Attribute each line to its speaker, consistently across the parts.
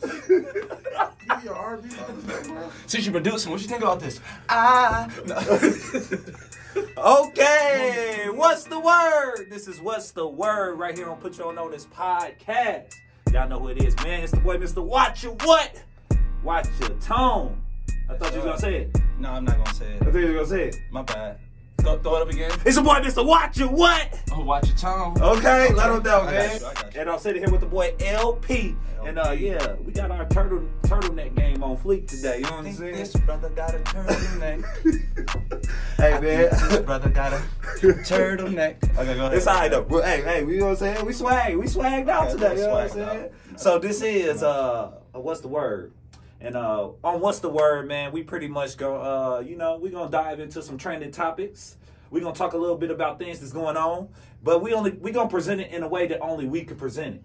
Speaker 1: Give me your R&B motherfucker, bro.
Speaker 2: Since you're producing, what you think about this? Ah. No. okay. What's the word? This is what's the word right here on Put You On Notice podcast. Y'all know who it is, man. It's the boy, Mr. Watch Your What? Watch Your Tone. I thought you was gonna say it.
Speaker 3: No, I'm not gonna say
Speaker 2: I
Speaker 3: it.
Speaker 2: thought you was gonna say it.
Speaker 3: My bad. Throw, throw it up again.
Speaker 2: It's the boy, Mr. Watch Your What?
Speaker 3: Oh, watch your tongue.
Speaker 2: Okay, let him down,
Speaker 3: I got
Speaker 2: man.
Speaker 3: you, I got you.
Speaker 2: And I'm sitting here with the boy LP. And uh yeah, we got our turtle turtleneck game on fleek today. You know what I'm
Speaker 3: Think
Speaker 2: saying?
Speaker 3: This brother got a turtleneck.
Speaker 2: Hey
Speaker 3: this brother got a turtleneck. Okay, go ahead.
Speaker 2: It's all right though. Well, Hey, hey, we you know what I'm saying? We swag. We swagged out
Speaker 3: Yeah,
Speaker 2: today.
Speaker 3: we
Speaker 2: You know what I'm
Speaker 3: swagged
Speaker 2: saying?
Speaker 3: out.
Speaker 2: So this is uh what's the word? And uh on what's the word, man, we pretty much go uh, you know, we're gonna dive into some trending topics. We're gonna talk a little bit about things that's going on, but we only we gonna present it in a way that only we can present it.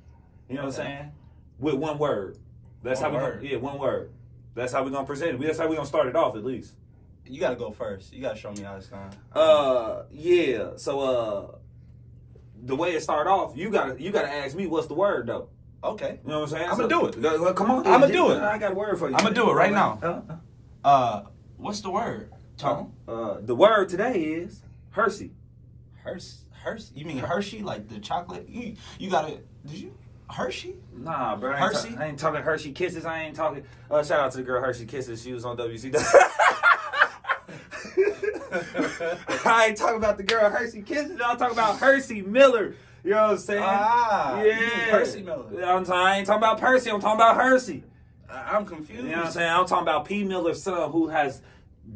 Speaker 2: You know what I'm
Speaker 3: Okay.
Speaker 2: saying? With one word. That's
Speaker 3: One
Speaker 2: how we
Speaker 3: word.
Speaker 2: gonna, yeah, one word. That's how we're gonna present it. We- That's how we're gonna start it off at least.
Speaker 3: You gotta go first. You gotta show me how it's done.
Speaker 2: Uh, yeah. So, uh, the way it started off, you gotta you gotta ask me what's the word though.
Speaker 3: Okay.
Speaker 2: You know what I'm saying?
Speaker 3: I'ma
Speaker 2: So-
Speaker 3: do it.
Speaker 2: Go- go- Come on,
Speaker 3: I'ma
Speaker 2: dude.
Speaker 3: do it.
Speaker 2: I got a word for you.
Speaker 3: I'ma do it right now.
Speaker 2: Uh,
Speaker 3: Uh, what's the word? Tongue?
Speaker 2: Uh, the word today is Hersey.
Speaker 3: Hershey. Hershey. You mean Hershey? Like the chocolate? You, you gotta. Did you? Hershey?
Speaker 2: Nah, bro. I ain't,
Speaker 3: Hershey?
Speaker 2: ta- I ain't talking Hershey kisses. I ain't talking. Uh, shout out to the girl Hershey kisses. She was on WCW. I ain't talking about the girl Hershey kisses. I'm talking about Hersey Miller. You know what I'm saying?
Speaker 3: Ah, you mean Percy Miller.
Speaker 2: Yeah, I'm t- I ain't talking about Percy. I'm talking about Hersey.
Speaker 3: I- I'm confused.
Speaker 2: You know what I'm saying? I'm talking about P. Miller's son, who has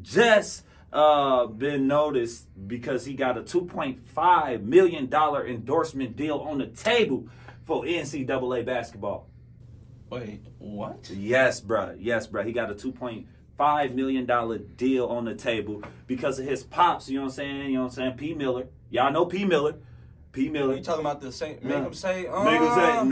Speaker 2: just uh, been noticed because he got a 2.5 million dollar endorsement deal on the table for NCAA basketball.
Speaker 3: Wait, what?
Speaker 2: Yes, bruh. Yes, bruh. He got a 2.5 million dollar deal on the table because of his pops. You know what I'm saying? You know what I'm saying? P. Miller. Y'all know P. Miller. P. Miller.
Speaker 3: You talking about the same? Make
Speaker 2: Yeah.
Speaker 3: him say. Uh,
Speaker 2: Make him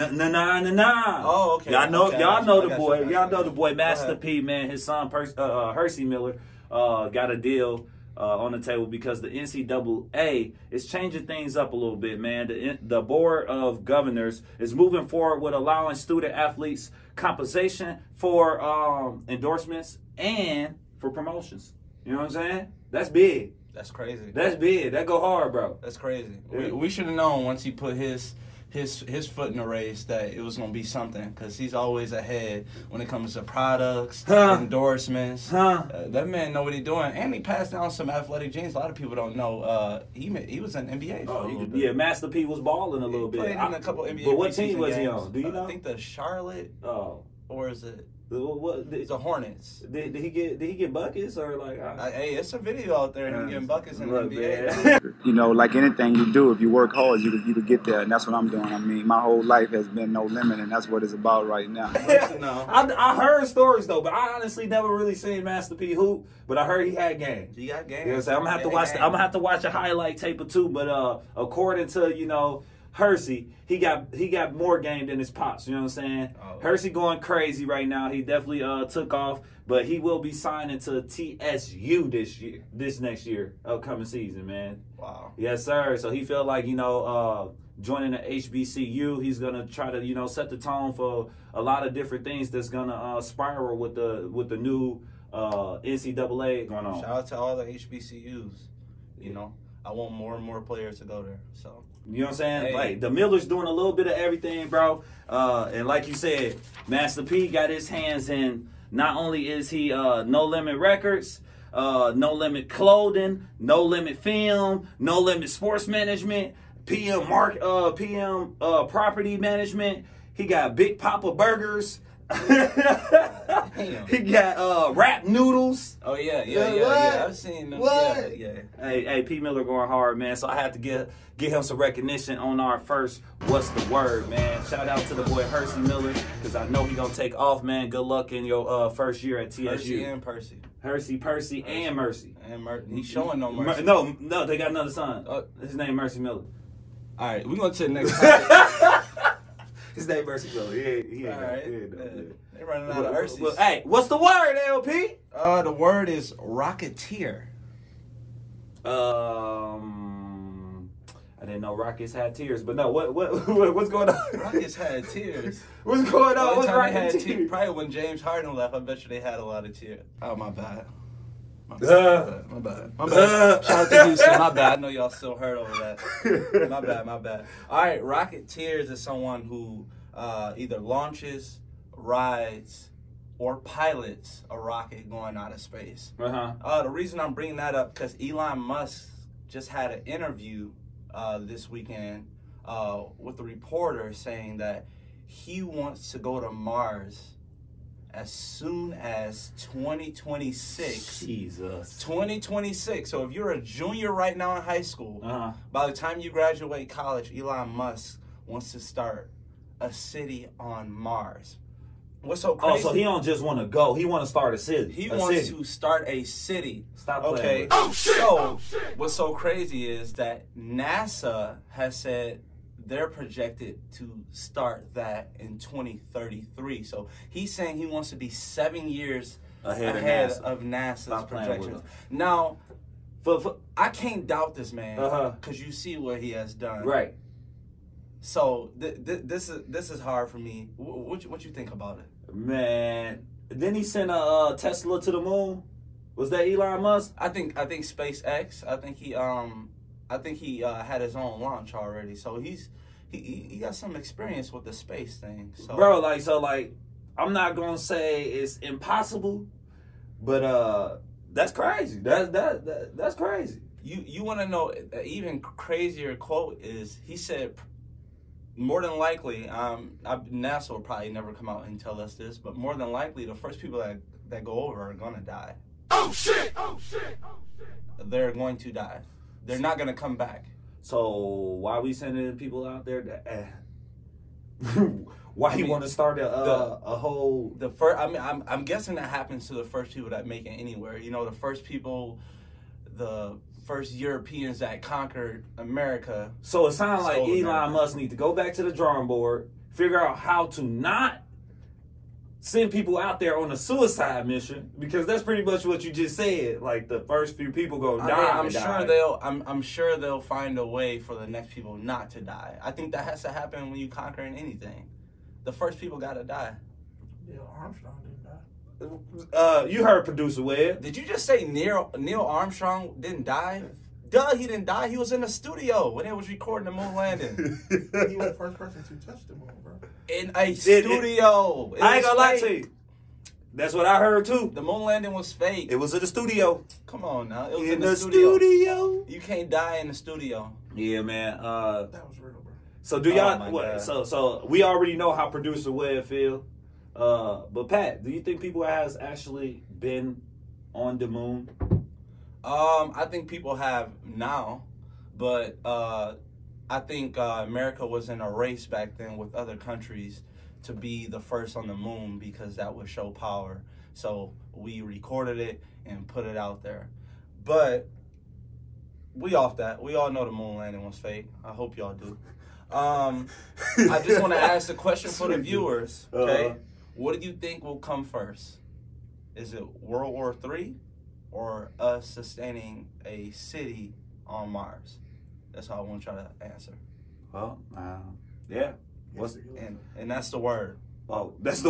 Speaker 2: say na na na na na.
Speaker 3: Oh, okay.
Speaker 2: Y'all know,
Speaker 3: Okay, I
Speaker 2: y'all
Speaker 3: got
Speaker 2: know
Speaker 3: you,
Speaker 2: the
Speaker 3: I got you,
Speaker 2: boy.
Speaker 3: I got
Speaker 2: Y'all
Speaker 3: you.
Speaker 2: know the boy, Master
Speaker 3: ahead.
Speaker 2: P. Man, his son Percy, uh, uh, Hersey Miller uh, got a deal uh, on the table because the NCAA is changing things up a little bit, man. The, the board of governors is moving forward with allowing student athletes compensation for um, endorsements and for promotions. You know what I'm saying? That's big.
Speaker 3: That's crazy.
Speaker 2: That's big. That go hard, bro.
Speaker 3: That's crazy.
Speaker 2: Yeah.
Speaker 3: We, we should have known once he put his his his foot in the race that it was gonna be something because he's always ahead when it comes to products,
Speaker 2: Huh.
Speaker 3: endorsements.
Speaker 2: Huh.
Speaker 3: Uh, that man know what he doing, and he passed down some athletic genes. A lot of people don't know. Uh, he ma- he was in NBA. For a
Speaker 2: Oh,
Speaker 3: little
Speaker 2: you could-
Speaker 3: bit.
Speaker 2: yeah, Master P was balling a little
Speaker 3: he
Speaker 2: bit.
Speaker 3: Played in
Speaker 2: I-
Speaker 3: a couple NBA.
Speaker 2: but what team
Speaker 3: preseason
Speaker 2: was he
Speaker 3: games.
Speaker 2: on? Do you
Speaker 3: Uh,
Speaker 2: know?
Speaker 3: I think the Charlotte
Speaker 2: oh,
Speaker 3: or is it?
Speaker 2: the- what
Speaker 3: It's
Speaker 2: did,
Speaker 3: the Hornets.
Speaker 2: did, did he get? Did he get buckets or like?
Speaker 3: I,
Speaker 2: I,
Speaker 3: hey, it's a video out there him getting buckets in the
Speaker 2: Look,
Speaker 3: NBA.
Speaker 2: man.
Speaker 4: you know, like anything you do, if you work hard, you could, you could get there, and that's what I'm doing. I mean, my whole life has been no limit, and that's what it's about right now.
Speaker 3: No.
Speaker 2: I, I heard stories though, but I honestly never really seen Master P hoop. But I heard he had game.
Speaker 3: He got games.
Speaker 2: You know what I'm saying? I'm gonna have to
Speaker 3: Yeah,
Speaker 2: watch. The, I'm
Speaker 3: games.
Speaker 2: gonna have to watch a highlight tape or two. But uh, according to you know Hersey, he got he got more game than his pops. You know what I'm saying?
Speaker 3: Oh.
Speaker 2: Hersey going crazy right now. He definitely uh took off, but he will be signing to TSU this year, this next year, upcoming season, man.
Speaker 3: Wow.
Speaker 2: Yes, sir. So he feel like you know uh, joining the HBCU, he's gonna try to you know set the tone for a lot of different things that's gonna uh, spiral with the with the new uh, NCAA going on.
Speaker 3: Shout out to all the HBCUs. You know, I want more and more players to go there. So
Speaker 2: You know what I'm saying?
Speaker 3: Hey.
Speaker 2: Like the Miller's doing a little bit of everything, bro. Uh, and like you said, Master P got his hands in. Not only is he uh, No Limit Records, uh, No Limit Clothing, No Limit Film, No Limit Sports Management, PM Mark, uh, PM uh, Property Management. He got Big Papa Burgers. he got uh, Rap Noodles.
Speaker 3: Oh yeah,
Speaker 2: Yeah, what?
Speaker 3: seen
Speaker 2: What?
Speaker 3: Yeah, yeah.
Speaker 2: Hey, hey, P. Miller going hard, man. So I had to get get him some recognition on our first What's the Word, man. Shout out to the boy Hersey Miller, because I know he gonna take off, man. Good luck in your uh, first year at TSU.
Speaker 3: Percy
Speaker 2: Hersey,
Speaker 3: and Percy
Speaker 2: Percy, and Mercy.
Speaker 3: and Mer- he's showing no
Speaker 2: Mer-
Speaker 3: mercy.
Speaker 2: no, no, they got another son.
Speaker 3: Uh,
Speaker 2: His name Mercy Miller.
Speaker 3: All right, we're gonna to the next. topic.
Speaker 2: His name Mercy Miller. Yeah, he
Speaker 3: all right. They're running out of mercy.
Speaker 2: Well, hey, what's the word, LP?
Speaker 3: Uh, the word is rocketeer.
Speaker 2: Um, I didn't know Rockets had tears, but no, what what, what what's going on?
Speaker 3: Rockets had tears.
Speaker 2: What's going
Speaker 3: By
Speaker 2: on?
Speaker 3: the
Speaker 2: What's
Speaker 3: time they had
Speaker 2: Rockets
Speaker 3: te-
Speaker 2: tears?
Speaker 3: probably when James Harden left, I bet you they had a lot of tears. Oh my bad. My
Speaker 2: Uh.
Speaker 3: bad. My bad. My bad. Shout out to Houston. My bad. I know y'all still hurt over that. My bad. My bad. All right. Rocket Tears is someone who uh, either launches, rides, or pilots a rocket going out of space.
Speaker 2: Uh huh.
Speaker 3: Uh, the reason I'm bringing that up because Elon Musk just had an interview uh, this weekend uh, with a reporter saying that he wants to go to Mars as soon as 2026.
Speaker 2: Jesus.
Speaker 3: 2026. So if you're a junior right now in high school,
Speaker 2: Uh huh.
Speaker 3: by the time you graduate college, Elon Musk wants to start a city on Mars. What's so
Speaker 2: Oh,
Speaker 3: crazy?
Speaker 2: so he don't just want to go. He want to start a city.
Speaker 3: He
Speaker 2: a
Speaker 3: wants
Speaker 2: city.
Speaker 3: to start a city.
Speaker 2: Stop playing
Speaker 3: Okay.
Speaker 2: with Oh,
Speaker 3: So, what's so crazy is that NASA has said they're projected to start that in 2033. So he's saying he wants to be seven years
Speaker 2: Ahead
Speaker 3: ahead,
Speaker 2: of NASA.
Speaker 3: of NASA's
Speaker 2: Stop playing with
Speaker 3: projections.
Speaker 2: him.
Speaker 3: Now,
Speaker 2: For, for,
Speaker 3: I can't doubt this man because
Speaker 2: Uh-huh.
Speaker 3: you see what he has done.
Speaker 2: right.
Speaker 3: So th- th- this is this is hard for me. Wh- what you, what you think about it?
Speaker 2: Man, then he sent a uh, Tesla to the moon. Was that Elon Musk?
Speaker 3: I think I think SpaceX. I think he um I think he uh, had his own launch already. So he's he, he he got some experience with the space thing. So
Speaker 2: Bro, like so like I'm not going to say it's impossible, but uh that's crazy. That, that that that's crazy.
Speaker 3: you you want to know an even crazier quote is he said more than likely um I, NASA will probably never come out and tell us this, but more than likely the first people that that go over are gonna die. Oh shit! Oh shit! Oh shit! They're going to die. They're not gonna come back.
Speaker 2: So why we sending people out there to eh. why
Speaker 3: I
Speaker 2: he
Speaker 3: mean,
Speaker 2: want to start a uh, a whole
Speaker 3: the first i mean I'm, I'm guessing that happens to the first people that make it anywhere you know the first people the first europeans that conquered america
Speaker 2: So it sounds like
Speaker 3: Solar
Speaker 2: Elon
Speaker 3: Network.
Speaker 2: Musk need to go back to the drawing board, figure out how to not send people out there on a suicide mission because that's pretty much what you just said. Like the first few people go
Speaker 3: I
Speaker 2: die.
Speaker 3: mean, i'm
Speaker 2: and
Speaker 3: sure
Speaker 2: die.
Speaker 3: they'll I'm, I'm sure they'll find a way for the next people not to die i think that has to happen when you conquering anything the first people gotta die
Speaker 1: Neil Armstrong didn't die.
Speaker 2: Uh, you heard producer Webb.
Speaker 3: did you just say neil neil armstrong didn't die Duh, he didn't die. He was in the studio when they was recording the moon landing.
Speaker 1: He was the first person to touch the moon, bro.
Speaker 3: in a
Speaker 2: it-
Speaker 3: studio. It
Speaker 2: I ain't
Speaker 3: was
Speaker 2: gonna lie
Speaker 3: fake.
Speaker 2: to you. That's what I heard too.
Speaker 3: The moon landing was fake.
Speaker 2: It was in the studio.
Speaker 3: Come on now. It was
Speaker 2: In,
Speaker 3: in,
Speaker 2: the,
Speaker 3: studio.
Speaker 2: studio.
Speaker 3: You can't die in the studio.
Speaker 2: Yeah, man. Uh,
Speaker 1: That was real, bro.
Speaker 2: So do
Speaker 3: Oh,
Speaker 2: y'all?
Speaker 3: my
Speaker 2: what,
Speaker 3: God.
Speaker 2: So so we already know how producer Webb feel. Uh, but Pat, do you think people has actually been on the moon?
Speaker 3: Um, I think people have now, but uh, I think uh, America was in a race back then with other countries to be the first on the moon because that would show power. So we recorded it and put it out there. But we off that. We all know the moon landing was fake. I hope y'all do. Um, I just want to ask the question for the viewers. Okay,
Speaker 2: Uh-huh.
Speaker 3: what do you think will come first? Is it World War Three, or us sustaining a city on Mars? That's how I want y'all to answer.
Speaker 2: Well, uh, yeah. What's-
Speaker 3: And and that's the word.
Speaker 2: Oh, that's the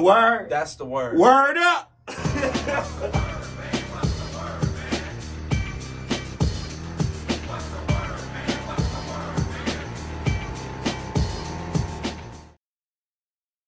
Speaker 2: word.
Speaker 3: That's the word.
Speaker 2: word up.